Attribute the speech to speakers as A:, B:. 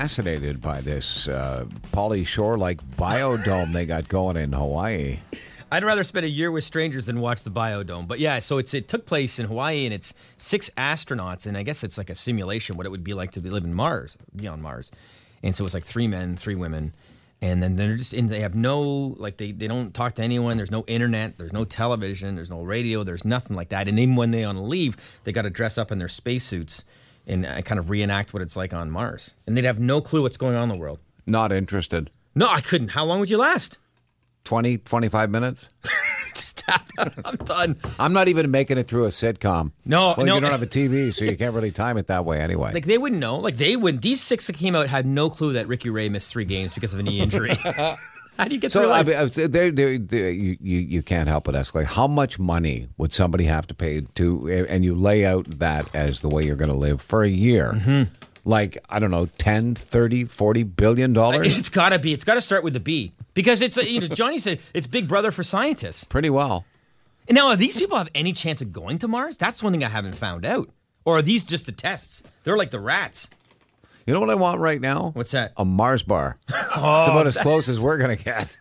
A: fascinated by this uh, Polly Shore like biodome they got going in Hawaii.
B: I'd rather spend a year with strangers than watch the biodome. But yeah, so it's it took place in Hawaii and it's six astronauts and I guess it's like a simulation what it would be like to be live in Mars, be on Mars. And so it's like three men, three women, and then they're just and they have no like they they don't talk to anyone. There's no internet, there's no television, there's no radio, there's nothing like that. And even when they on leave, they got to dress up in their spacesuits and uh, kind of reenact what it's like on Mars. And they'd have no clue what's going on in the world.
A: Not interested.
B: No, I couldn't. How long would you last?
A: 20, 25 minutes?
B: Just tap out. I'm done.
A: I'm not even making it through a sitcom.
B: No,
A: well,
B: no.
A: you don't have a TV, so you can't really time it that way anyway.
B: Like they wouldn't know. Like they would. These six that came out had no clue that Ricky Ray missed three games because of a knee injury. How do you get through?
A: so I
B: life?
A: mean, I was- they- they- they- you, you you can't help but ask, like, how much money would somebody have to pay to, and you lay out that as the way you're going to live for a year?
B: Mm-hmm.
A: Like, I don't know, 10, 30, 40 billion dollars?
B: it's gotta be. It's gotta start with the B because it's uh, you know Johnny said it's Big Brother for scientists.
A: Pretty well.
B: And now, are these people have any chance of going to Mars? That's one thing I haven't found out. Or are these just the tests? They're like the rats.
A: You know what I want right now?
B: What's that?
A: A Mars bar. it's about as close as we're going to get.